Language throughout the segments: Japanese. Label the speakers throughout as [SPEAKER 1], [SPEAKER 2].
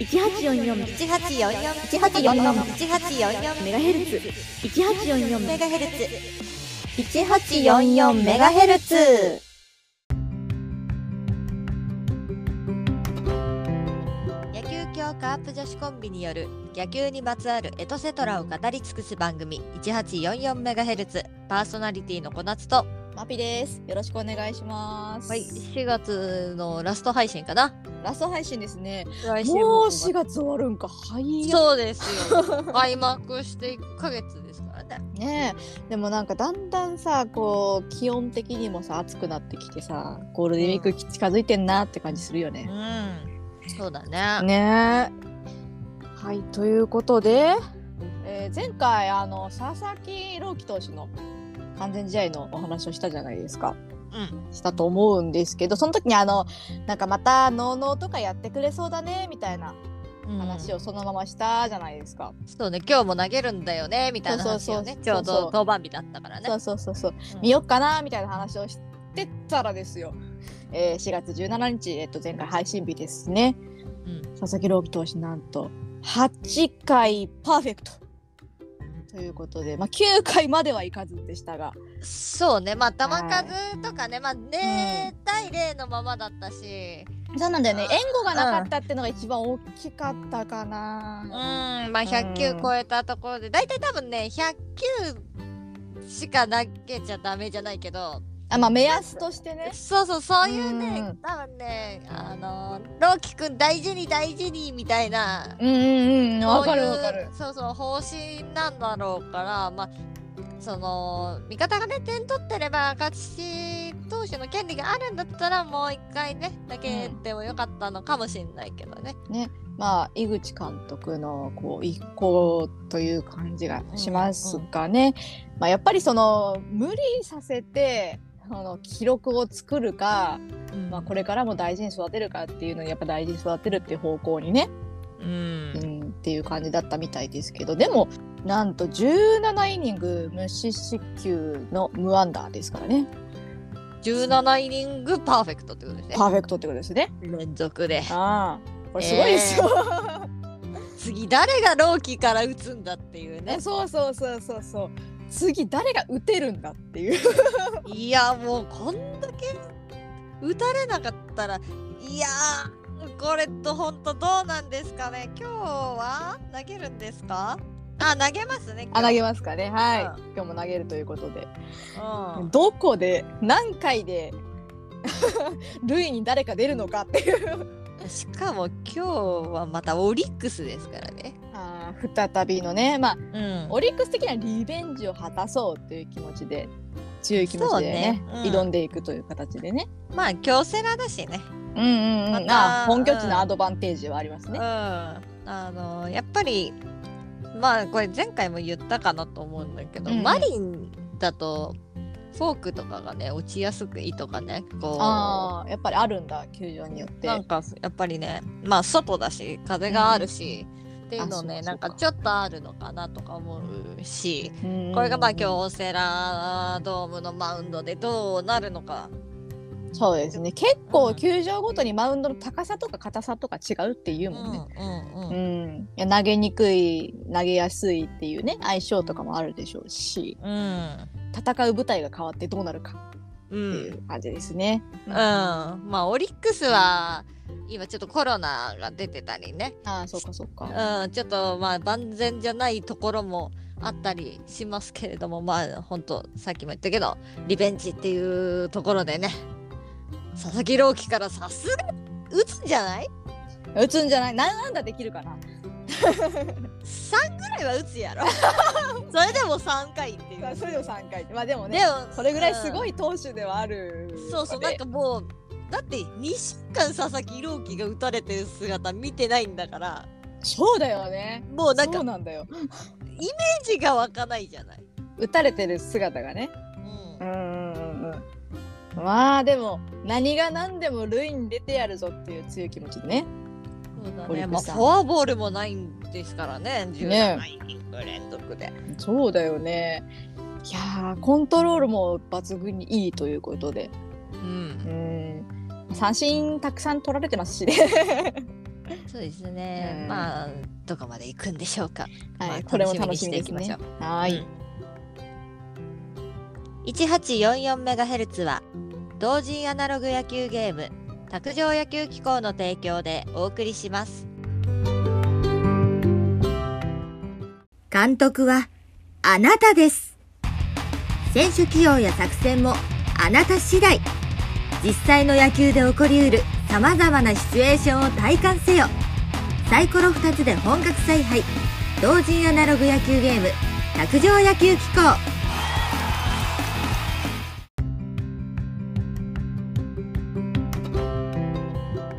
[SPEAKER 1] 一八四四
[SPEAKER 2] 一八四四
[SPEAKER 1] 一八四四
[SPEAKER 2] 一八四四
[SPEAKER 1] メガヘルツ一八四四
[SPEAKER 2] メガヘルツ
[SPEAKER 1] 一八四四メガヘルツ
[SPEAKER 2] 野球協カープ女子コンビによる野球にまつわるエトセトラを語り尽くす番組1844メガヘルツパーソナリティの小夏と
[SPEAKER 3] マピです。よろしくお願いします。
[SPEAKER 2] はい4月のラスト配信かな
[SPEAKER 3] ラスト配信ですね。
[SPEAKER 2] 来週
[SPEAKER 3] もう
[SPEAKER 2] 四
[SPEAKER 3] 4月終わるんか。はいよ。
[SPEAKER 2] そうです よ開幕して1ヶ月ですからね
[SPEAKER 3] ねえ。でもなんかだんだんさ、こう気温的にもさ暑くなってきてさ、ゴールデンウィーク近づいてんなって感じするよね。
[SPEAKER 2] うんそうだね
[SPEAKER 3] ねえ。はいということで、えー前回あの佐々木朗希投手の完全試合のお話をしたじゃないですか。
[SPEAKER 2] うん
[SPEAKER 3] したと思うんですけど、その時にあのなんかまたノーノーとかやってくれそうだねみたいな
[SPEAKER 2] うん
[SPEAKER 3] 話をそのまましたじゃないですか。
[SPEAKER 2] そうね今日も投げるんだよねみたいな話をね
[SPEAKER 3] そう
[SPEAKER 2] ち
[SPEAKER 3] そうそうそ
[SPEAKER 2] ょう
[SPEAKER 3] うそ
[SPEAKER 2] ど
[SPEAKER 3] う
[SPEAKER 2] 登板日だったからね
[SPEAKER 3] そうそうそうそう、
[SPEAKER 2] うん
[SPEAKER 3] 見よっかなみたいな話をしてたらですよ。えー、4月17日、えっと、前回配信日ですね、
[SPEAKER 2] うん
[SPEAKER 3] 佐々木朗希投手なんと8回パーフェクトということで、まあ、9回まではいかずでしたが、
[SPEAKER 2] そうねまあ球
[SPEAKER 3] はい
[SPEAKER 2] 数とかね、まあ0対0のままだったし
[SPEAKER 3] そうなんだよね
[SPEAKER 2] あ
[SPEAKER 3] 援護がなかったってのが一番大きかったかな。
[SPEAKER 2] うんまあ100球超えたところで大体多分ね100球しか投げちゃダメじゃないけど
[SPEAKER 3] あまあ、目安としてね。
[SPEAKER 2] そうそうそういうね、
[SPEAKER 3] うん
[SPEAKER 2] 多分ねあのローキ君大事に大事にみたいな
[SPEAKER 3] うんうんうん、わかる
[SPEAKER 2] そうい
[SPEAKER 3] わ
[SPEAKER 2] う
[SPEAKER 3] かる。
[SPEAKER 2] そうそう方針なんだろうからまあその味方がね点取ってれば勝ち投手の権利があるんだったらもう一回ねだけでもよかったのかもしれないけどね。
[SPEAKER 3] まあ、井口監督のこう一行という感じがしますがね、まあ、やっぱりその無理させてあの記録を作るか、まあ、これからも大事に育てるかっていうのにやっぱ大事に育てるっていう方向にね、
[SPEAKER 2] うん
[SPEAKER 3] うん、っていう感じだったみたいですけどでもなんと17イニング無四死球の無アンダーですからね
[SPEAKER 2] 17イニングパーフェクトってことですね。
[SPEAKER 3] パーフェクトってことですね。
[SPEAKER 2] 連続で。
[SPEAKER 3] ああこれすごいですよ、
[SPEAKER 2] 次誰がローキーから打つんだっていうね。
[SPEAKER 3] そうそうそうそうそう次誰が打てるんだっていう。
[SPEAKER 2] いやもうこんだけ打たれなかったらいやーこれと本当どうなんですかね。今日は投げるんですか？あ投げますね。今
[SPEAKER 3] あ
[SPEAKER 2] 日
[SPEAKER 3] 投げますかねはい、
[SPEAKER 2] う
[SPEAKER 3] 今日も投げるということで、
[SPEAKER 2] うん
[SPEAKER 3] どこで何回で 塁に誰か出るのかっていう
[SPEAKER 2] しかも今日はまたオリックスですからね。
[SPEAKER 3] あー再びのねまあ
[SPEAKER 2] うん
[SPEAKER 3] オリックス的にはリベンジを果たそうという気持ちで強い気持ちでね
[SPEAKER 2] そうねうん
[SPEAKER 3] 挑んでいくという形でね
[SPEAKER 2] まあ京セラだしね。
[SPEAKER 3] うんうんうん、
[SPEAKER 2] また
[SPEAKER 3] あ本拠地のアドバンテージはありますね
[SPEAKER 2] うん、、あのやっぱりまあこれ前回も言ったかなと思うんだけど、
[SPEAKER 3] うん
[SPEAKER 2] マリンだとフォークとかがね落ちやすくいいとかねこ
[SPEAKER 3] ああやっぱりあるんだ球場によっ
[SPEAKER 2] う
[SPEAKER 3] て
[SPEAKER 2] なんかやっぱりねまあ外だし風があるし、っていうのね
[SPEAKER 3] あそうか
[SPEAKER 2] なんか
[SPEAKER 3] そうか
[SPEAKER 2] ちょっとあるのかなとか思うし
[SPEAKER 3] うん
[SPEAKER 2] これがまあ京セラドームのマウンドでどうなるのか
[SPEAKER 3] そうですね結構球場ごとにマウンドの高さとか硬さとか違うっていう
[SPEAKER 2] うん
[SPEAKER 3] もんね、
[SPEAKER 2] うんう
[SPEAKER 3] うんん、いや投げにくい投げやすいっていうね相性とかもあるでしょうし
[SPEAKER 2] うん
[SPEAKER 3] 戦う舞台が変わってどうなるかっ
[SPEAKER 2] う
[SPEAKER 3] て
[SPEAKER 2] ん
[SPEAKER 3] いう感じですね。
[SPEAKER 2] うん、まあオリックスは今ちょっとコロナが出てたりね、
[SPEAKER 3] ああそうかそうか。
[SPEAKER 2] うん、ちょっとまあ万全じゃないところもあったりしますけれどもまあ本当さっきも言ったけどリベンジっていうところでね佐々木朗希からさすが打つんじゃない
[SPEAKER 3] 打つんじゃない何安打できるかな
[SPEAKER 2] ?3 ぐらいは打つやろ それでも3回っていう。
[SPEAKER 3] それでも3回まあでも
[SPEAKER 2] で
[SPEAKER 3] ね
[SPEAKER 2] も
[SPEAKER 3] それぐらいすご
[SPEAKER 2] い、
[SPEAKER 3] い投手ではあるの
[SPEAKER 2] う
[SPEAKER 3] で、
[SPEAKER 2] んそうそうなんかもうだって2週間佐々木朗希が打たれてる姿見てないんだから
[SPEAKER 3] そうだよね。
[SPEAKER 2] もうなんか
[SPEAKER 3] そうなんだよ。
[SPEAKER 2] イメージが湧かないじゃない。
[SPEAKER 3] 打たれてる姿がね。
[SPEAKER 2] う、
[SPEAKER 3] うんんうんうんうん。まあでも何が何でも塁に出てやるぞっていう強い気持ちでね。
[SPEAKER 2] そうだ
[SPEAKER 3] オリ
[SPEAKER 2] ね。
[SPEAKER 3] ッ
[SPEAKER 2] ま
[SPEAKER 3] ク
[SPEAKER 2] あ
[SPEAKER 3] スさ
[SPEAKER 2] フ
[SPEAKER 3] ん
[SPEAKER 2] ォアボールもないんですからね。
[SPEAKER 3] ね
[SPEAKER 2] 17イニング連続で。
[SPEAKER 3] そうだよね。いやーコントロールも抜群にいいということで、
[SPEAKER 2] う。
[SPEAKER 3] うんん、三振たくさん取られてますしね。
[SPEAKER 2] そうですね、
[SPEAKER 3] うん
[SPEAKER 2] まあどこまで行くんでしょうか、ま
[SPEAKER 3] は
[SPEAKER 2] あ
[SPEAKER 3] い、これも楽
[SPEAKER 2] に
[SPEAKER 3] しみです
[SPEAKER 2] して
[SPEAKER 3] ね
[SPEAKER 2] いきましょう。
[SPEAKER 3] は
[SPEAKER 2] う
[SPEAKER 3] い
[SPEAKER 2] ん、1844MHz は同人アナログ野球ゲーム卓上野球機構の提供でお送りします
[SPEAKER 1] 監督はあなたです選手起用や作戦もあなた次第実際の野球で起こりうる様々なシチュエーションを体感せよサイコロ2つで本格采配同人アナログ野球ゲーム卓上野球機構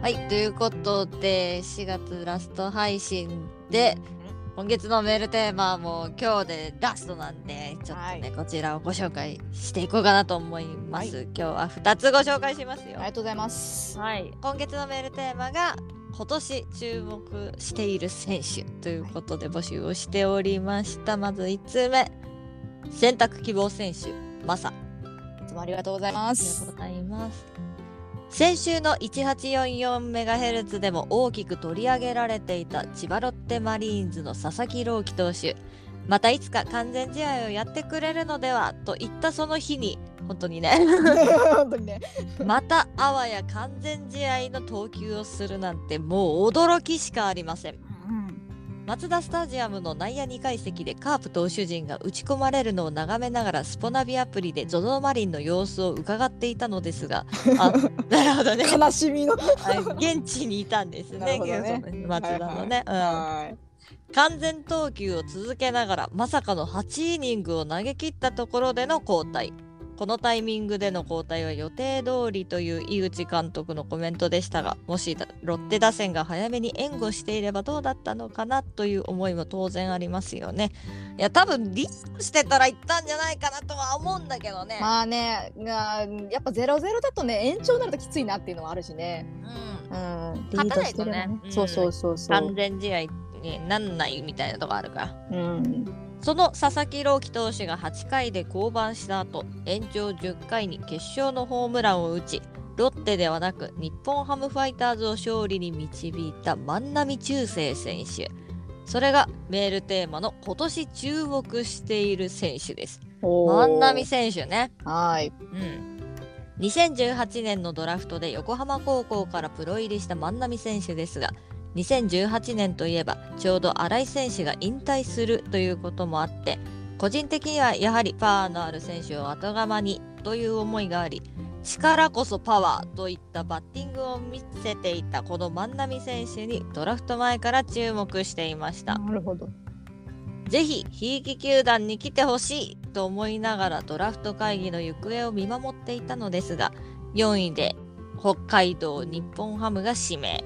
[SPEAKER 2] はいということで4月ラスト配信で今月のメールテーマも今日でラストなんでちょっとね、
[SPEAKER 3] はい
[SPEAKER 2] こちらをご紹介していこうかなと思います、今日は2つご紹介します
[SPEAKER 3] あり
[SPEAKER 2] よ
[SPEAKER 3] がとうございます。
[SPEAKER 2] はい、今月のメールテーマが今年注目している選手ということで募集をしておりました。まず1通目、選択希望選手、マサ。あ
[SPEAKER 3] いつもありがとうございま
[SPEAKER 2] りがとう
[SPEAKER 3] す。
[SPEAKER 2] ございます。先週の 1844MHz でも大きく取り上げられていた千葉ロッテマリーンズの佐々木朗希投手。またいつか完全試合をやってくれるのではと言ったその日に、本当にね。
[SPEAKER 3] 本当にね。
[SPEAKER 2] またあわや完全試合の投球をするなんてもう驚きしかありませんマツダスタジアムの内野2階席でカープ投手陣が打ち込まれるのを眺めながらスポナビアプリで ZOZO マリンの様子を伺っていたので すがあなるほどね
[SPEAKER 3] 悲しみの。
[SPEAKER 2] はい現地にいたんです
[SPEAKER 3] なる
[SPEAKER 2] ね
[SPEAKER 3] ほどね
[SPEAKER 2] マツダのね、うん
[SPEAKER 3] は
[SPEAKER 2] 完全投球を続けながらまさかの8イニングを投げ切ったところでの交代このタイミングでの交代は予定通りという井口監督のコメントでしたがもしロッテ打線が早めに援護していればどうだったのかなという思いも当然ありますよねいや多分リードしてたら行ったんじゃないかなとは思うんだけどね、
[SPEAKER 3] い。まあね、がやっぱゼロゼロだとね、延長になるときついなっていうのはあるしね。
[SPEAKER 2] うん
[SPEAKER 3] うん。勝
[SPEAKER 2] 勝たないとねうん
[SPEAKER 3] そうそうそうそう
[SPEAKER 2] 完。全試合になんないみたいなとこあるから
[SPEAKER 3] うん。
[SPEAKER 2] その佐々木朗希投手が8回で降板した後延長10回に決勝のホームランを打ちロッテではなく日本ハムファイターズを勝利に導いた万波中正選手それがメールテーマの今年注目している選手です
[SPEAKER 3] お
[SPEAKER 2] 万
[SPEAKER 3] ー
[SPEAKER 2] 波選手ね
[SPEAKER 3] はい。
[SPEAKER 2] うん、2018年のドラフトで横浜高校からプロ入りした万波選手ですが2018年といえばちょうど新井選手が引退するということもあって個人的にはやはりパワーのある選手を後釜にという思いがあり力こそパワーといったバッティングを見せていたこの万波選手にドラフト前から注目していました
[SPEAKER 3] なるほど。
[SPEAKER 2] ぜひ、ひいき球団に来てほしいと思いながらドラフト会議の行方を見守っていたのですが、4位で北海道日本ハムが指名。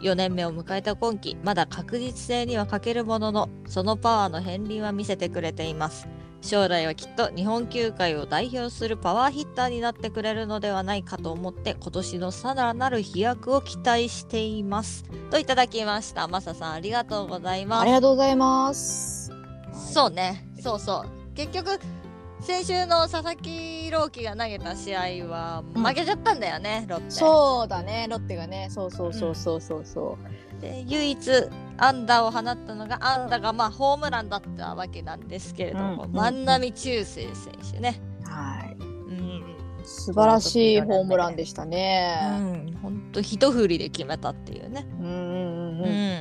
[SPEAKER 2] 4年目を迎えた今季、まだ確実性には欠けるものの、そのパワーの片鱗は見せてくれています。将来はきっと日本球界を代表するパワーヒッターになってくれるのではないかと思って、今年のさらなる飛躍を期待しています。といただきました。マサさん、ありがとうございます
[SPEAKER 3] あり。がとうございます。
[SPEAKER 2] そうね、そうそう。結局、先週の佐々木朗希が投げた試合は
[SPEAKER 3] うん
[SPEAKER 2] 負けちゃったんだよね、ロッテ。
[SPEAKER 3] そうだね、ロッテがね、そうそうそうそうそうそう。
[SPEAKER 2] で唯一安打を放ったのが安打がまあホームランだったわけなんですけれども、
[SPEAKER 3] うんうん
[SPEAKER 2] 万波中正選手ね。
[SPEAKER 3] はい。
[SPEAKER 2] うん
[SPEAKER 3] 素晴らしいホームランでしたね。
[SPEAKER 2] うん、ほんと一振りで決めたっていうね。
[SPEAKER 3] うんうん
[SPEAKER 2] う
[SPEAKER 3] うんうん。
[SPEAKER 2] ん、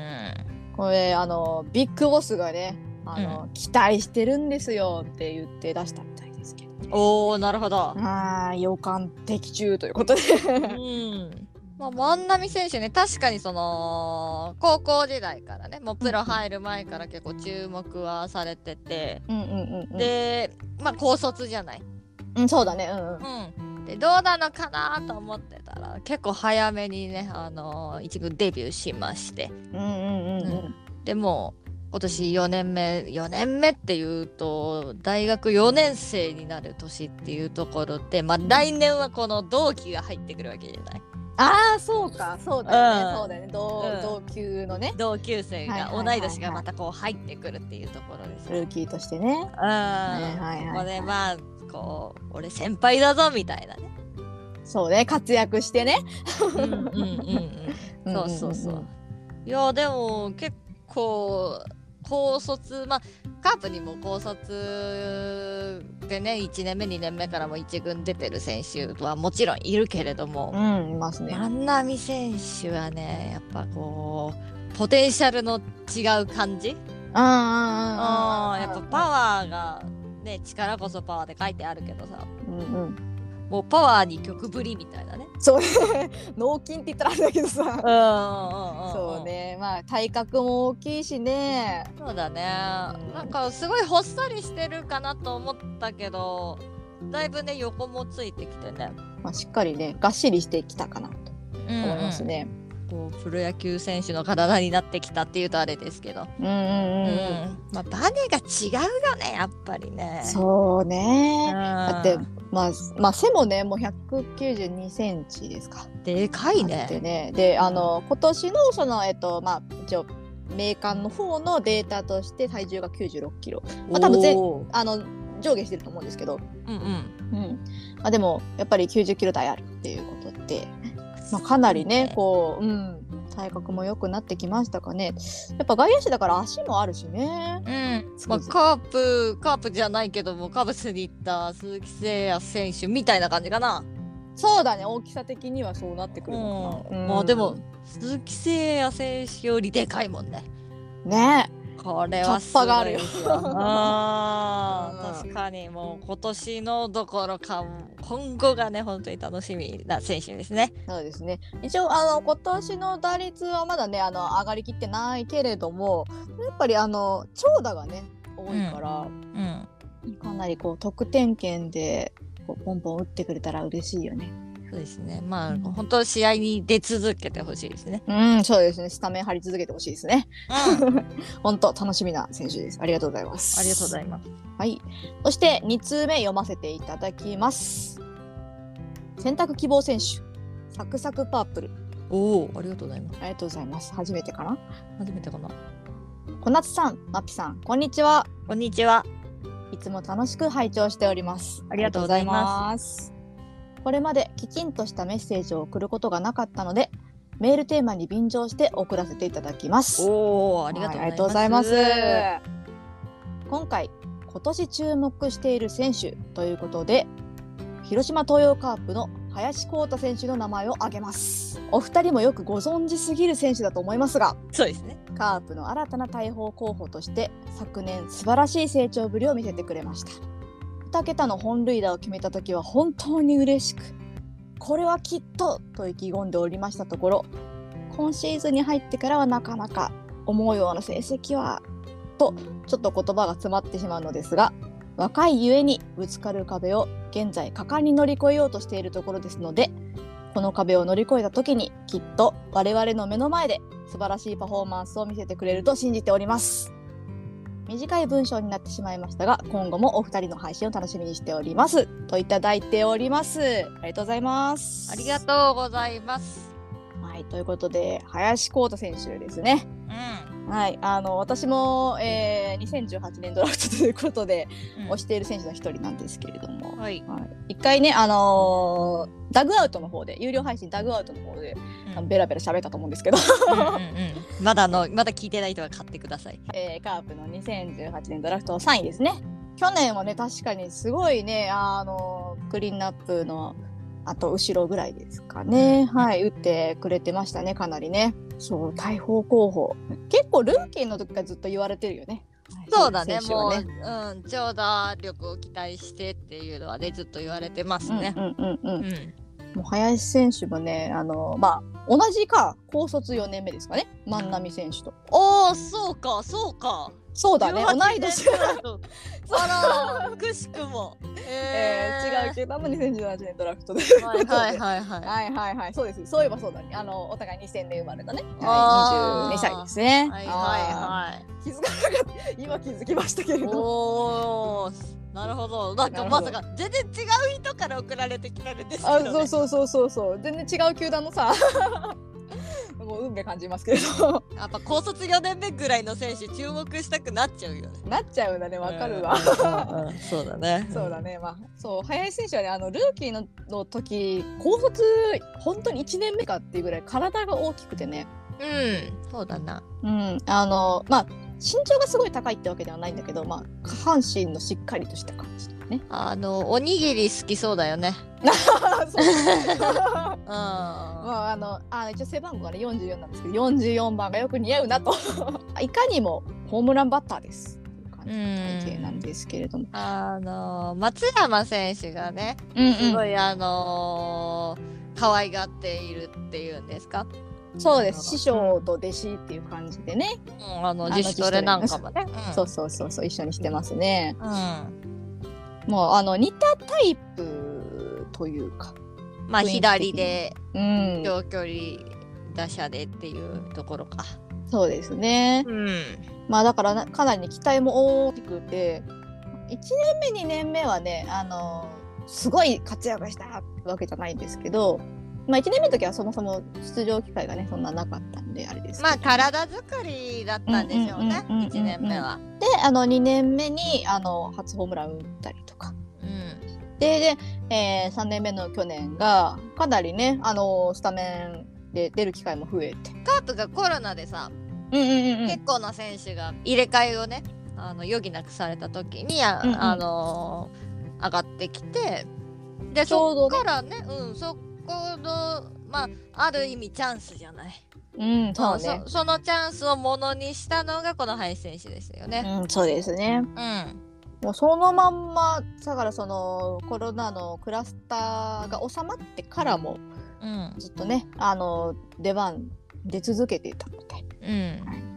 [SPEAKER 3] これあのビッグボスがね、あの、期待してるんですよって言って出したみたいですけど。
[SPEAKER 2] おおなるほど。
[SPEAKER 3] ああ、予感的中ということで。
[SPEAKER 2] うんまあ、万波選手ね確かにその高校時代からねもうプロ入る前から結構注目はされてて、
[SPEAKER 3] うんうんうんうん。
[SPEAKER 2] でまあ高卒じゃない、
[SPEAKER 3] うん、そうだね。うんうん。
[SPEAKER 2] うん、でどうなのかなと思ってたら結構早めにね、あの一軍デビューしまして
[SPEAKER 3] うんうんうんうん。
[SPEAKER 2] でもう今年4年目4年目っていうと大学4年生になる年っていうところでまあ来年はこの同期が入ってくるわけじゃない。
[SPEAKER 3] ああ、そうか、そうだ
[SPEAKER 2] う
[SPEAKER 3] ね。
[SPEAKER 2] ん
[SPEAKER 3] そうだね。同
[SPEAKER 2] うん
[SPEAKER 3] 同級のね、
[SPEAKER 2] 同級生
[SPEAKER 3] はい
[SPEAKER 2] が
[SPEAKER 3] はいはい
[SPEAKER 2] 同
[SPEAKER 3] はい
[SPEAKER 2] い年がまたこう入ってくるっていうところです
[SPEAKER 3] ル
[SPEAKER 2] ね。
[SPEAKER 3] ーキーとしてね。
[SPEAKER 2] うん、
[SPEAKER 3] はいはい
[SPEAKER 2] ここ
[SPEAKER 3] はい
[SPEAKER 2] でまあこう俺先輩だぞみたいなね。
[SPEAKER 3] そうね、活躍してね。
[SPEAKER 2] うんうんうんうん。そうそうそう。いやでも結構高卒まあカープにも高卒でね1年目2年目からも1軍出てる選手はもちろんいるけれども、
[SPEAKER 3] うんいますね。
[SPEAKER 2] 万波選手はねやっぱこうポテンシャルの違う感じ
[SPEAKER 3] あ
[SPEAKER 2] あやっぱパワーがね力こそパワーで書いてあるけどさ
[SPEAKER 3] うんうん、
[SPEAKER 2] もうパワーに曲振りみたいなね
[SPEAKER 3] そう脳筋って言ったらあれだけどさ
[SPEAKER 2] うん
[SPEAKER 3] そうねまあ体格も大きいしね
[SPEAKER 2] そうだね
[SPEAKER 3] うん
[SPEAKER 2] なんかすごいほっさりしてるかなと思ったけどだいぶね横もついてきてね
[SPEAKER 3] まあ、しっかりねがっしりしてきたかなと思いますね。
[SPEAKER 2] こうプロ野球選手の体になってきたっていうとあれですけど、
[SPEAKER 3] うんうんう
[SPEAKER 2] う
[SPEAKER 3] ん
[SPEAKER 2] まあ、バネが違うよねやっぱりね
[SPEAKER 3] うん、そうね、だ
[SPEAKER 2] だ
[SPEAKER 3] ってまあ、まあ、背もねもう192センチですか。
[SPEAKER 2] でかいね
[SPEAKER 3] あってねであの今年のそのえっとまあ一応メーカーの方のデータとして体重が96キロまあ多分ぜ
[SPEAKER 2] おー
[SPEAKER 3] あの上下してると思うんですけど、
[SPEAKER 2] うんうん
[SPEAKER 3] うんまあ、でもやっぱり90キロ台あるっていうことで、まあ、かなりねこう、うん、体格も良くなってきましたかねやっぱ外野手だから足もあるしね
[SPEAKER 2] うん
[SPEAKER 3] そう
[SPEAKER 2] まあ、
[SPEAKER 3] そう
[SPEAKER 2] カープカープじゃないけどもカブスに行った鈴木誠也選手みたいな感じかな、
[SPEAKER 3] そうだね大きさ的にはそうなってくるのかな、うん
[SPEAKER 2] まあでも鈴木誠也選手よりでかいもんね
[SPEAKER 3] ね
[SPEAKER 2] これはす
[SPEAKER 3] キャッ
[SPEAKER 2] ご
[SPEAKER 3] パがある
[SPEAKER 2] い
[SPEAKER 3] よ
[SPEAKER 2] で すよあー
[SPEAKER 3] うん
[SPEAKER 2] 確かにもう今年のどころか今後がね本当に楽しみな選手ですね
[SPEAKER 3] そうですね一応あの今年の打率はまだねあの上がりきってないけれどもやっぱりあの長打がね多いから、
[SPEAKER 2] うん
[SPEAKER 3] かなりこう得点圏でこうポンポン打ってくれたら嬉しいよね。
[SPEAKER 2] そうですねまあ本当試合に出続けてほしいですね、
[SPEAKER 3] うん、そうですね。スタメン張り続けてほしいですね。
[SPEAKER 2] うん、
[SPEAKER 3] 本当楽しみな選手です。ありがとうございます。
[SPEAKER 2] ありがとうござ
[SPEAKER 3] い
[SPEAKER 2] います
[SPEAKER 3] ます。はい。そして2通目読ませていただきます。選択希望選手、サクサクパープル。
[SPEAKER 2] おおありがとうございます
[SPEAKER 3] ありがとうございます。初めてかな。
[SPEAKER 2] 初めてかな
[SPEAKER 3] 小夏さん、まぴさん、こんにちは。
[SPEAKER 2] こんにちはい
[SPEAKER 3] つも楽しく拝聴しております。。
[SPEAKER 2] ありがとうございます
[SPEAKER 3] これまできちんとしたメッセージを送ることがなかったので、メールテーマに便乗して送らせていただきます。
[SPEAKER 2] おおあり
[SPEAKER 3] はい
[SPEAKER 2] がとうございます、
[SPEAKER 3] ありがとうございます今回今年注目している選手ということで広島東洋カープの林光太選手の名前を挙げますお二人もよくご存知すぎる選手だと思いますが
[SPEAKER 2] そうですね
[SPEAKER 3] カープの新たな大砲候補として昨年素晴らしい成長ぶりを見せてくれました2桁の本塁打を決めた時は本当に嬉しくこれはきっとと意気込んでおりましたところ今シーズンに入ってからはなかなか思うような成績はとちょっと言葉が詰まってしまうのですが若いゆえにぶつかる壁を現在果敢に乗り越えようとしているところですのでこの壁を乗り越えた時にきっと我々の目の前で素晴らしいパフォーマンスを見せてくれると信じております短い文章になってしまいましたが今後もお二人の配信を楽しみにしておりますといただいておりますありがとうございます
[SPEAKER 2] ありがとうございます
[SPEAKER 3] はいということで林光太選手ですね
[SPEAKER 2] うん、
[SPEAKER 3] はいあの私も、えー、2018年ドラフトということで推している選手の一人なんですけれども
[SPEAKER 2] はい、
[SPEAKER 3] 一回ねあのーダグアウトの方で有料配信ダグアウトの方であのベラベラ喋ったと思うんですけど
[SPEAKER 2] うんうんうんまだあのまだ聞いてない人は買ってください。
[SPEAKER 3] えーカープの2018年ドラフト3位ですね。去年はね、確かにすごいね、あの、クリーンナップの、あと後ろぐらいですかね。はい、打ってくれてましたね、かなりね。そう、大砲候補。結構ルーキーの時からずっと言われてるよね。
[SPEAKER 2] そうだね、
[SPEAKER 3] 選手
[SPEAKER 2] も
[SPEAKER 3] は
[SPEAKER 2] う、うん、長打力を期待してっていうのはね、ずっと言われてますね。
[SPEAKER 3] うんうんうんう
[SPEAKER 2] うんん、
[SPEAKER 3] もう林選手もね、あの、まあ、同じか、高卒4年目ですかね。万波選手と。
[SPEAKER 2] おお、そうか、そうか。
[SPEAKER 3] そうだね、同い年。
[SPEAKER 2] あ ら、くしくも。
[SPEAKER 3] えー、違う
[SPEAKER 2] け
[SPEAKER 3] けど、2018年ドラフトで。
[SPEAKER 2] ど。はいはいはいは
[SPEAKER 3] はいはいはい、そうです。そういえばそうだね。あの、お互い2000年生まれたね。
[SPEAKER 2] あ
[SPEAKER 3] はい、
[SPEAKER 2] ー
[SPEAKER 3] 22歳ですね。
[SPEAKER 2] い。はいはい
[SPEAKER 3] あ
[SPEAKER 2] はい。
[SPEAKER 3] ー気づかなかった。今気づきましたけれど。
[SPEAKER 2] おお、なるほど。なんか
[SPEAKER 3] なる
[SPEAKER 2] ま
[SPEAKER 3] ほ
[SPEAKER 2] さ
[SPEAKER 3] ど
[SPEAKER 2] か全然違う人から送られてきたんですけど、
[SPEAKER 3] あ、
[SPEAKER 2] ね。
[SPEAKER 3] そうそうそうそうそう。全然違う球団のさ、 もう運命感じますけれど。
[SPEAKER 2] やっぱ高卒4年目ぐらいの選手注目したくなっちゃうよね。
[SPEAKER 3] なっちゃうんだね、わかるわ。
[SPEAKER 2] うん。うんそうだね。
[SPEAKER 3] そうだね、まあ、そう、林選手はね、あのルーキーのの時、高卒、本当に1年目かっていうぐらい、体が大きくてね、
[SPEAKER 2] うん、そうだな。
[SPEAKER 3] うん、あのまあ身長がすごい高いってわけではないんだけど、まあ、下半身のしっかりとした感じとかね。
[SPEAKER 2] あの、おにぎり好きそうだよね。
[SPEAKER 3] そう
[SPEAKER 2] うん。
[SPEAKER 3] まああのあ一応背番号がね44なんですけど44番がよく似合うなと いかにもホームランバッターですという感じの体型なんですけれども
[SPEAKER 2] あの、松山選手がね、
[SPEAKER 3] うん
[SPEAKER 2] すごい、あのー可愛がっているっていうんですか。
[SPEAKER 3] そうです師匠と弟子っていう感じでね、
[SPEAKER 2] うん、あの、
[SPEAKER 3] あの
[SPEAKER 2] 自主トレなんかもね。
[SPEAKER 3] そうそうそうそう一緒にしてますね
[SPEAKER 2] うん。うん。
[SPEAKER 3] もうあの似たタイプというか
[SPEAKER 2] まあ、
[SPEAKER 3] 雰囲気的に
[SPEAKER 2] 左で、
[SPEAKER 3] うん
[SPEAKER 2] 長距離打者でっていうところか。
[SPEAKER 3] そうですね
[SPEAKER 2] うん。
[SPEAKER 3] まあだからなかなりね期待も大きくて1年目2年目はねあのすごい活躍したってわけじゃないんですけど、まあ、1年目の時はそもそも出場機会がねそんななかったんであれですけど
[SPEAKER 2] まあ、体作りだったんでしょ
[SPEAKER 3] うん
[SPEAKER 2] うね。
[SPEAKER 3] うんうんうんうん
[SPEAKER 2] 一年目は。
[SPEAKER 3] であの2年目にあの初ホームラン打ったりとか
[SPEAKER 2] うん。
[SPEAKER 3] でで、え3年目の去年がかなりねあのスタメンで出る機会も増えて。
[SPEAKER 2] カープがコロナでさ、
[SPEAKER 3] うんうん
[SPEAKER 2] 結構な選手が入れ替えをねあの余儀なくされた時にあ,、
[SPEAKER 3] うんうん
[SPEAKER 2] あのー上がってきてで
[SPEAKER 3] ちょうど
[SPEAKER 2] そ
[SPEAKER 3] ね
[SPEAKER 2] っからねうんそこのまあある意味チャンスじゃない
[SPEAKER 3] うん、うん、そうね
[SPEAKER 2] ん、そそのチャンスをものにしたのがこの林選手ですよね。
[SPEAKER 3] うん、そうですね。
[SPEAKER 2] うん、
[SPEAKER 3] もうそのまんまだからそのコロナのクラスターが収まってからも
[SPEAKER 2] うん
[SPEAKER 3] ずっとねあの出番出続けていたので
[SPEAKER 2] うん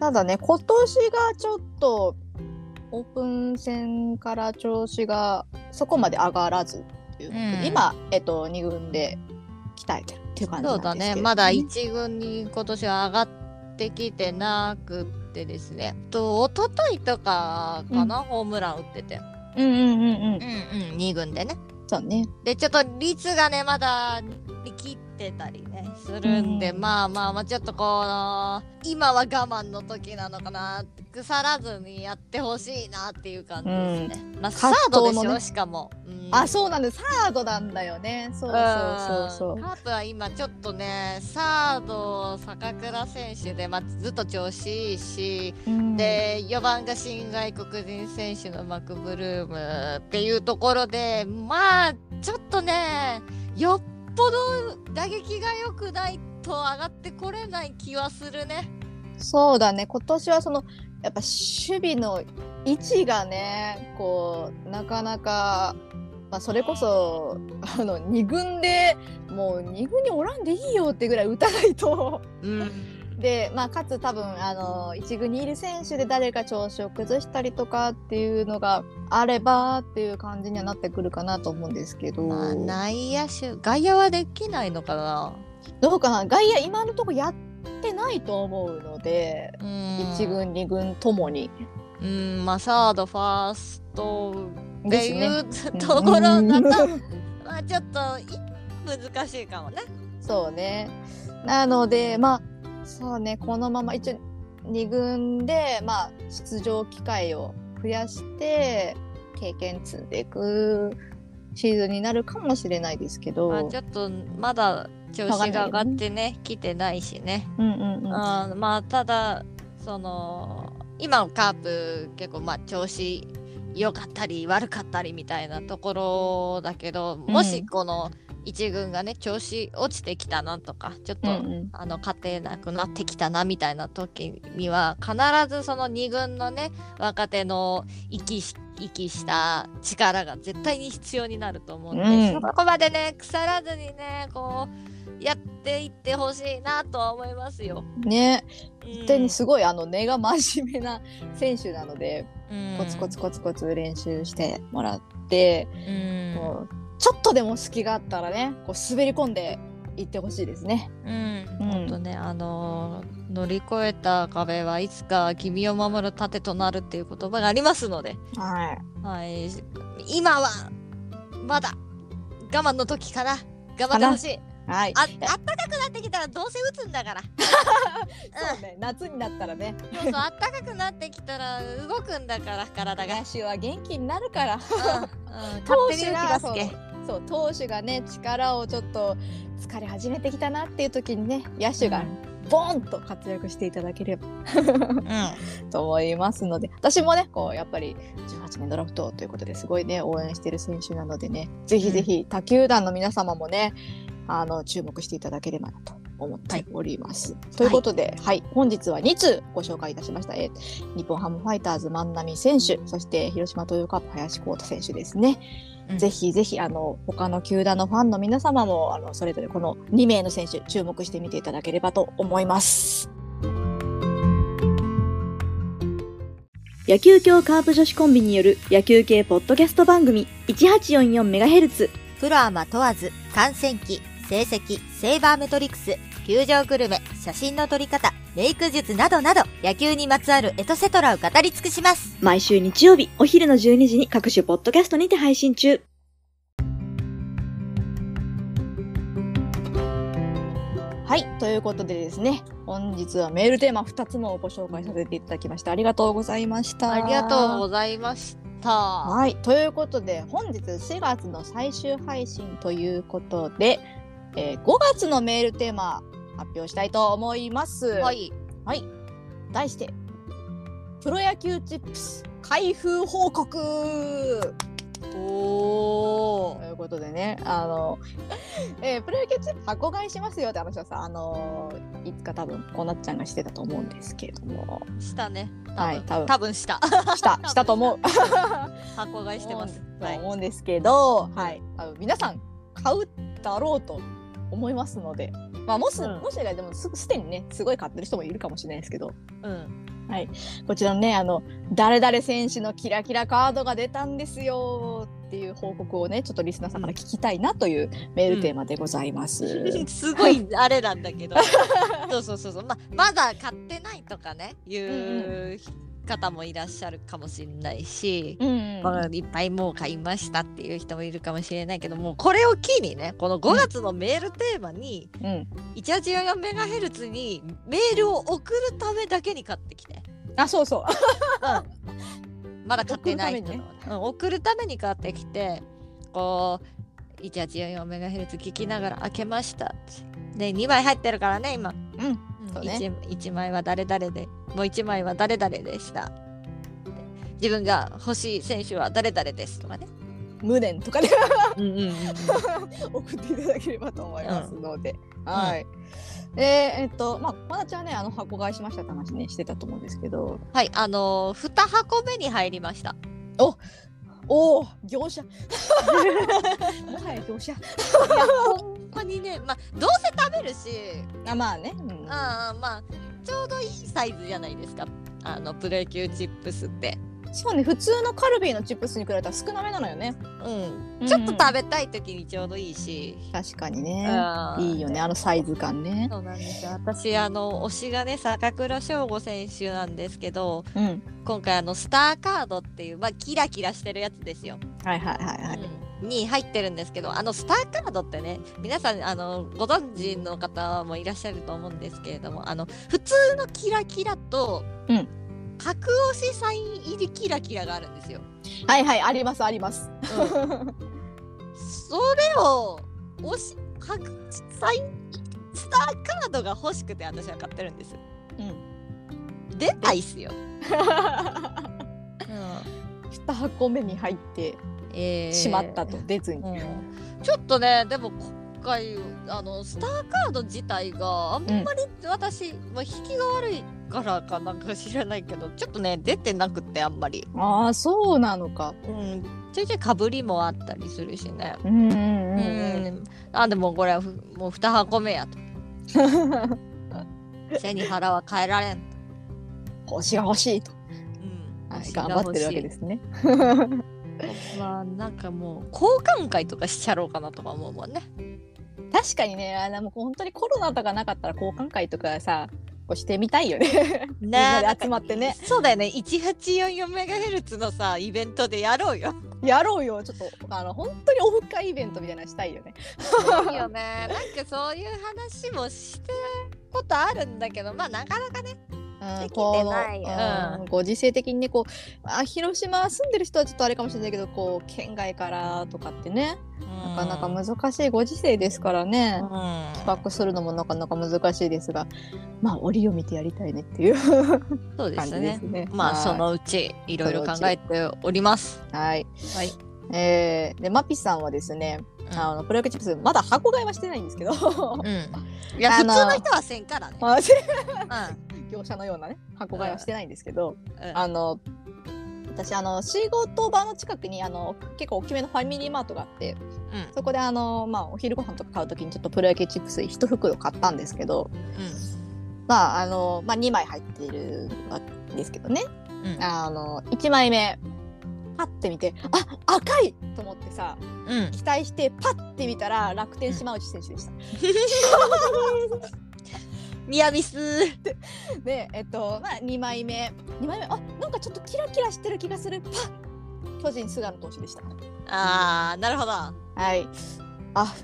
[SPEAKER 3] ただね今年がちょっとオープン戦から調子がそこまで上がらずっていうことで、
[SPEAKER 2] うん
[SPEAKER 3] 今、えっと、2軍で鍛えてるっていう感じなんで
[SPEAKER 2] そう
[SPEAKER 3] すけど
[SPEAKER 2] だねまだ一軍に今年は上がってきてなくってですねと一昨日とかかな、ホームラン打ってて、
[SPEAKER 3] うんうんうんうん
[SPEAKER 2] うんうん、2軍でね。
[SPEAKER 3] そうね
[SPEAKER 2] でちょっと率がねまだ切ってたりねするんで、
[SPEAKER 3] うん
[SPEAKER 2] まあまあまあちょっとこの今は我慢の時なのかな腐らずにやってほしいなっていう感じですね、まあサ
[SPEAKER 3] 葛
[SPEAKER 2] ー
[SPEAKER 3] 藤
[SPEAKER 2] ド
[SPEAKER 3] の
[SPEAKER 2] でしょ、
[SPEAKER 3] ね
[SPEAKER 2] しかも、うん
[SPEAKER 3] あそうなんですサードなんだよねそうそうそうそう
[SPEAKER 2] カープは今ちょっとねサード坂倉選手で、まあ、ずっと調子いいし、
[SPEAKER 3] うん
[SPEAKER 2] で4番が新外国人選手のマクブルームっていうところでまあちょっとねよっぽど打撃が良くないと上がってこれない気はするね。
[SPEAKER 3] そうだね今年はそのやっぱ守備の位置がねこうなかなか、まあ、それこそあの2軍でもう2軍におらんでいいよってぐらい打たないと。
[SPEAKER 2] うん、
[SPEAKER 3] で、まあ、かつ多分あの1軍にいる選手で誰か調子を崩したりとかっていうのがあればっていう感じにはなってくるかなと思うんですけど、
[SPEAKER 2] まあ内野手外野はできないのかな。
[SPEAKER 3] どうかな外野今のところやってないと思うので、
[SPEAKER 2] うん
[SPEAKER 3] 1軍2軍ともに。
[SPEAKER 2] うんまあサードファーストっ
[SPEAKER 3] で
[SPEAKER 2] て
[SPEAKER 3] す
[SPEAKER 2] い
[SPEAKER 3] ね
[SPEAKER 2] う ところだと、
[SPEAKER 3] うん
[SPEAKER 2] まあちょっとい難しいかもね。
[SPEAKER 3] そうね。なので、まあ、そうね、このまま一応2軍で、まあ、出場機会を増やして、経験積んでいくシーズンになるかもしれないですけど、
[SPEAKER 2] まあちょっとまだ調子が上がってね来てないしね。
[SPEAKER 3] うんうんうん。
[SPEAKER 2] あーまあただその今のカープ結構まあ調子良かったり悪かったりみたいなところだけども
[SPEAKER 3] う
[SPEAKER 2] し
[SPEAKER 3] ん
[SPEAKER 2] この一軍がね調子落ちてきたなとかちょっと、
[SPEAKER 3] うんうん
[SPEAKER 2] あの勝てなくなってきたなみたいな時には必ずその2軍のね若手の息し息した力が絶対に必要になると思うんで、
[SPEAKER 3] うん
[SPEAKER 2] そこまでね腐らずにねこうやっていってほしいなとは思いますよ。
[SPEAKER 3] ね、
[SPEAKER 2] うん
[SPEAKER 3] 本当にすごい、あの、根が真面目な選手なので、
[SPEAKER 2] うん
[SPEAKER 3] コツコツコツコツ練習してもらって、
[SPEAKER 2] うん
[SPEAKER 3] もうちょっとでも隙があったらね、こう滑り込んでいってほしいですね。
[SPEAKER 2] うん
[SPEAKER 3] うん
[SPEAKER 2] ほんとねあのー乗り越えた壁はいつか君を守る盾となるっていう言葉がありますので、
[SPEAKER 3] はい。
[SPEAKER 2] はい、今はまだ我慢の時かな頑張ってほしい
[SPEAKER 3] はい。
[SPEAKER 2] ああったかくなってきたらどうせ打つんだ から
[SPEAKER 3] そうね、夏になったらね、
[SPEAKER 2] うんそうそうあったかくなってきたら動くんだから体が、うん
[SPEAKER 3] 来週は元気になるから。
[SPEAKER 2] うん、 勝手に動き出すけ
[SPEAKER 3] そう投手がね力をちょっと疲れ始めてきたなっていう時にね野手がボーンと活躍していただければ
[SPEAKER 2] うん
[SPEAKER 3] と思いますので私もねこうやっぱり18年ドラフトということですごいね応援してる選手なのでねぜひぜひ他球団の皆様もねあの注目していただければなと思っております。ということで、はい本日は2通ご紹介いたしました、えー日本ハムファイターズ万波選手そして広島東洋カップ林光太選手ですね。
[SPEAKER 2] うん
[SPEAKER 3] ぜひぜひあの他の球団のファンの皆様もあのそれぞれこの2名の選手注目してみていただければと思います。
[SPEAKER 4] 野球協カープ女子コンビによる野球系ポッドキャスト番組 1844MHz
[SPEAKER 1] プロアマ問わず、観戦記、成績、セーバーメトリクス、球場グルメ、写真の撮り方、メイク術などなど、野球にまつわるエトセトラを語り尽くします。
[SPEAKER 4] 毎週日曜日お昼の12時に各種ポッドキャストにて配信中。
[SPEAKER 3] はい、ということでですね、本日はメールテーマ2つもご紹介させていただきました。ありがとうございました。
[SPEAKER 2] ありがとうございました。
[SPEAKER 3] はい、ということで、本日4月の最終配信ということで、えー5月のメールテーマ発表したいと思います。
[SPEAKER 2] は。い。
[SPEAKER 3] はい、題して、プロ野球チップス開封報告
[SPEAKER 2] お
[SPEAKER 3] と
[SPEAKER 2] ー。
[SPEAKER 3] いうことでね、あの、 えープロ野球チップ箱買いしますよって話はさ、あのーいつか多分こうなっちゃんがしてたと思うんですけれども、
[SPEAKER 2] したね。
[SPEAKER 3] はい多分
[SPEAKER 2] 多 分した。
[SPEAKER 3] したしたと思う。
[SPEAKER 2] 箱買いしてます。
[SPEAKER 3] と
[SPEAKER 2] はい。
[SPEAKER 3] 思うんですけど、はい、多分皆さん買うだろうと思いますので、まあもし、
[SPEAKER 2] うん
[SPEAKER 3] もしがでもすすでにね、すごい買ってる人もいるかもしれないですけど、
[SPEAKER 2] うん。
[SPEAKER 3] こちらのね、あの誰々選手のキラキラカードが出たんですよ。っていう報告をね、ちょっとリスナーさんから聞きたいなというメールテーマでございます。
[SPEAKER 2] すごいあれなんだけ ど。そうそうそうそう。ままだ買ってないとかね、いう方もいらっしゃるかもしれないし。
[SPEAKER 3] うんうん
[SPEAKER 2] まあいっぱいもう買いましたっていう人もいるかもしれないけどもうこれを機にねこの5月のメールテーマに
[SPEAKER 3] うん、
[SPEAKER 2] 1844メガヘルツにメールを送るためだけに買ってきて
[SPEAKER 3] あ、そうそう。
[SPEAKER 2] まだ買ってない
[SPEAKER 3] 送
[SPEAKER 2] 人
[SPEAKER 3] る
[SPEAKER 2] のうん送るために買ってきてこう1844メガヘルツ聞きながら開けましたで2枚入ってるからね今
[SPEAKER 3] うん、そうね
[SPEAKER 2] 1, 枚は誰々でもう1枚は誰々でしたで自分が欲しい選手は誰々ですとかね、
[SPEAKER 3] 無念とかで
[SPEAKER 2] うんうんうん、
[SPEAKER 3] 送っていただければと思いますので、はい。でえっとまあまなちゃんはねあの箱買いしましたって話ねしてたと思うんですけど、
[SPEAKER 2] はいあのー、2箱目に入りました
[SPEAKER 3] おお業 者もはや業者
[SPEAKER 2] ほんまにねまあどうせ食べるし
[SPEAKER 3] あまあね、うん
[SPEAKER 2] あーまあちょうどいいサイズじゃないですかあのプロ野球チップスって
[SPEAKER 3] そうね普通のカルビーのチップスに比べたら少なめなのよね
[SPEAKER 2] う
[SPEAKER 3] うん
[SPEAKER 2] ん、ちょっと食べたい時にちょうどいいし、
[SPEAKER 3] 確かにね
[SPEAKER 2] あー
[SPEAKER 3] いいよねあのサイズ感ね
[SPEAKER 2] そうなんですよ私あの推しがね坂倉翔吾選手なんですけど
[SPEAKER 3] うん
[SPEAKER 2] 今回あのスターカードっていう、まあ、キラキラしてるやつですよ、
[SPEAKER 3] はいはいはいはい、
[SPEAKER 2] うんに入ってるんですけどあのスターカードってね皆さんあのご存知の方もいらっしゃると思うんですけれどもあの普通のキラキラと、
[SPEAKER 3] うん
[SPEAKER 2] 格押しサイン入りキラキラがある んですよ。
[SPEAKER 3] はいはいありますあります
[SPEAKER 2] それを押し白サインスターカードが欲しくて私は買ってるんです
[SPEAKER 3] うん
[SPEAKER 2] 出ないっすよ、
[SPEAKER 3] 2箱目に入って
[SPEAKER 2] えー
[SPEAKER 3] しまったと、出ずに、
[SPEAKER 2] うんちょっとねでも今回あのスターカード自体があんまり私、まあ、引きが悪いからかなんか知らないけどちょっとね出てなくってあんまり、
[SPEAKER 3] ああそうなのか
[SPEAKER 2] うん、ちょいちょいかぶりもあったりするしね
[SPEAKER 3] うんう
[SPEAKER 2] うん
[SPEAKER 3] うん
[SPEAKER 2] んあでもこれはふもう2箱目やと
[SPEAKER 3] うん
[SPEAKER 2] 背に腹は変えられん。
[SPEAKER 3] 星が欲しいとあ頑張ってるわけですすね
[SPEAKER 2] まあなんかもう交換会とかしちゃろうかなとか思うもんね。
[SPEAKER 3] 確かにねあのもう本当にコロナとかなかったら交換会とかさこうしてみたいよね
[SPEAKER 2] みん
[SPEAKER 3] なで集まってね
[SPEAKER 2] そうだよね。一八四四メガヘルツのさイベントでやろうよ。
[SPEAKER 3] やろうよちょっとあの本当にオフ会イベントみたいなのしたいよね
[SPEAKER 2] いいよね。なんかそういう話もしてことあるんだけど、まあなかなかね、
[SPEAKER 3] うん
[SPEAKER 2] でき
[SPEAKER 3] こ
[SPEAKER 2] て
[SPEAKER 3] の
[SPEAKER 2] ない
[SPEAKER 3] うんご時世的にねこうあ広島住んでる人はちょっとあれかもしれないけどこう県外からとかってねなかなか難しいご時世ですからね、
[SPEAKER 2] うん
[SPEAKER 3] 企画するのもなかなか難しいですがまあ折を見てやりたいねっていう
[SPEAKER 2] そうで
[SPEAKER 3] 感
[SPEAKER 2] す
[SPEAKER 3] じで
[SPEAKER 2] ね
[SPEAKER 3] す。ね。
[SPEAKER 2] ま
[SPEAKER 3] は
[SPEAKER 2] あ
[SPEAKER 3] い
[SPEAKER 2] そのうちいろいろ考えております。
[SPEAKER 3] はい、
[SPEAKER 2] はい。
[SPEAKER 3] えー、でマピさんはですね、あのプロ野球チップスまだ箱買いはしてないんですけど
[SPEAKER 2] うん。いや
[SPEAKER 3] あ
[SPEAKER 2] 普通
[SPEAKER 3] の
[SPEAKER 2] の人はせんからね。
[SPEAKER 3] まあ
[SPEAKER 2] う
[SPEAKER 3] 業者のようなね箱買いはしてないんですけど、
[SPEAKER 2] んうん。
[SPEAKER 3] あの私あの仕事場の近くにあの結構大きめのファミリーマートがあって
[SPEAKER 2] うん
[SPEAKER 3] そこであの、まあ、お昼ご飯とか買うときにちょっとプロ野球チップス一袋買ったんですけど、まああのまあ、2枚入っているわけですけどね、
[SPEAKER 2] うん
[SPEAKER 3] あの1枚目パッて見てあ赤いと思ってさ
[SPEAKER 2] うん。うん。
[SPEAKER 3] 期待してパッて見たら楽天島内選手でした。
[SPEAKER 2] ミヤビス。
[SPEAKER 3] でえっとまあ2枚目2枚目あなんかちょっとキラキラしてる気がするパッ巨人菅野投手でした。
[SPEAKER 2] ああなるほど。
[SPEAKER 3] はい。あ、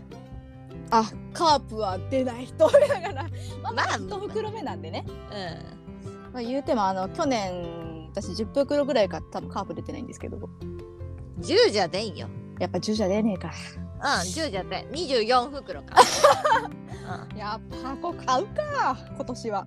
[SPEAKER 3] あ、カープは出ないと思いながら、まあ、
[SPEAKER 2] まあ
[SPEAKER 3] 一袋目なんでね。
[SPEAKER 2] う
[SPEAKER 3] まあ、言うてもあの去年私10袋ぐらいか多分カープ出てないんですけど、
[SPEAKER 2] ん。10じゃ出んよ。
[SPEAKER 3] やっぱ10じゃ出ねえか。
[SPEAKER 2] うん10じゃ出ん。24袋か。う
[SPEAKER 3] やっぱ箱買うか今年は。
[SPEAKER 2] ん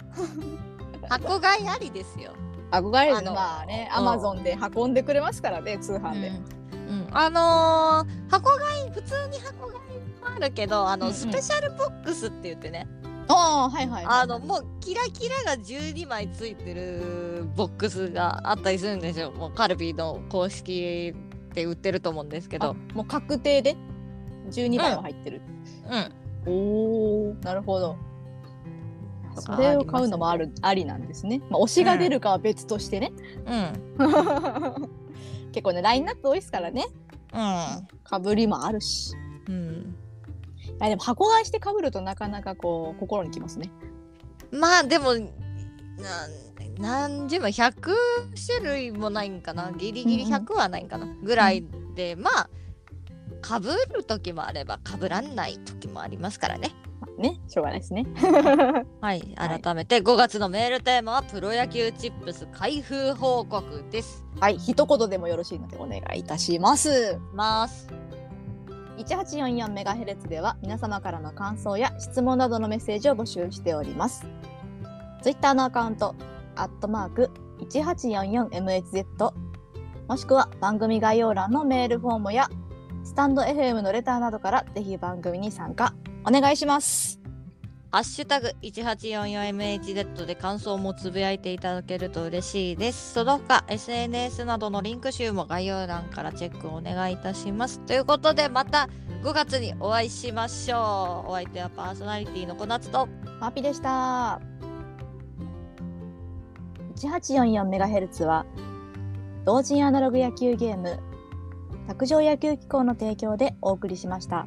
[SPEAKER 2] 箱買いありですよ。
[SPEAKER 3] 憧れ
[SPEAKER 2] あ
[SPEAKER 3] る
[SPEAKER 2] の
[SPEAKER 3] のまあね、
[SPEAKER 2] う
[SPEAKER 3] ア
[SPEAKER 2] ん
[SPEAKER 3] マゾンで運んでくれますからね通販で。
[SPEAKER 2] うんあのー箱買い普通に箱買いもあるけどあの、
[SPEAKER 3] うんうん
[SPEAKER 2] スペシャルボックスって言ってね
[SPEAKER 3] ああはいはい、はい。
[SPEAKER 2] あのもうキラキラが12枚ついてるボックスがあったりするんですよもうカルビーの公式で売ってると思うんですけ
[SPEAKER 3] あ
[SPEAKER 2] ど
[SPEAKER 3] もう確定で12枚も入ってる。
[SPEAKER 2] うん
[SPEAKER 3] おおなるほど。
[SPEAKER 2] とか
[SPEAKER 3] それを買うのもあるありなんですね。まあ推しが出るかは別としてね。
[SPEAKER 2] うん
[SPEAKER 3] 結構ねラインナップ多いですからねかぶりもあるし
[SPEAKER 2] うん、
[SPEAKER 3] あでも箱買いしてかぶるとなかなかこう心にきますね
[SPEAKER 2] うん、まあでもなん何十枚100種類もないんかなギリギリ
[SPEAKER 3] うんうん
[SPEAKER 2] 100はないんかなぐらいで、まあかぶる時もあればかぶらない時もありますからね
[SPEAKER 3] まあねしょうがないですね
[SPEAKER 2] はい、
[SPEAKER 3] はい
[SPEAKER 2] 改めて5月のメールテーマはプロ野球チップス開封報告です。
[SPEAKER 3] はい一言でもよろしいのでお願いいたします
[SPEAKER 2] ます。
[SPEAKER 3] 1844メガヘルツでは皆様からの感想や質問などのメッセージを募集しておりますツイッターのアカウントアットマーク 1844MHz もしくは番組概要欄のメールフォームやスタンド FM のレターなどからぜひ番組に参加お願いします
[SPEAKER 2] ハッシュタグ 1844MHZ で感想もつぶやいていただけると嬉しいです。その他 SNS などのリンク集も概要欄からチェックお願いいたします。ということでまた5月にお会いしましょう。お相手はパーソナリティの小夏と
[SPEAKER 3] マピでした。1844メガヘルツは同人アナログ野球ゲーム卓上野球機構の提供でお送りしました。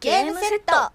[SPEAKER 1] ゲームセット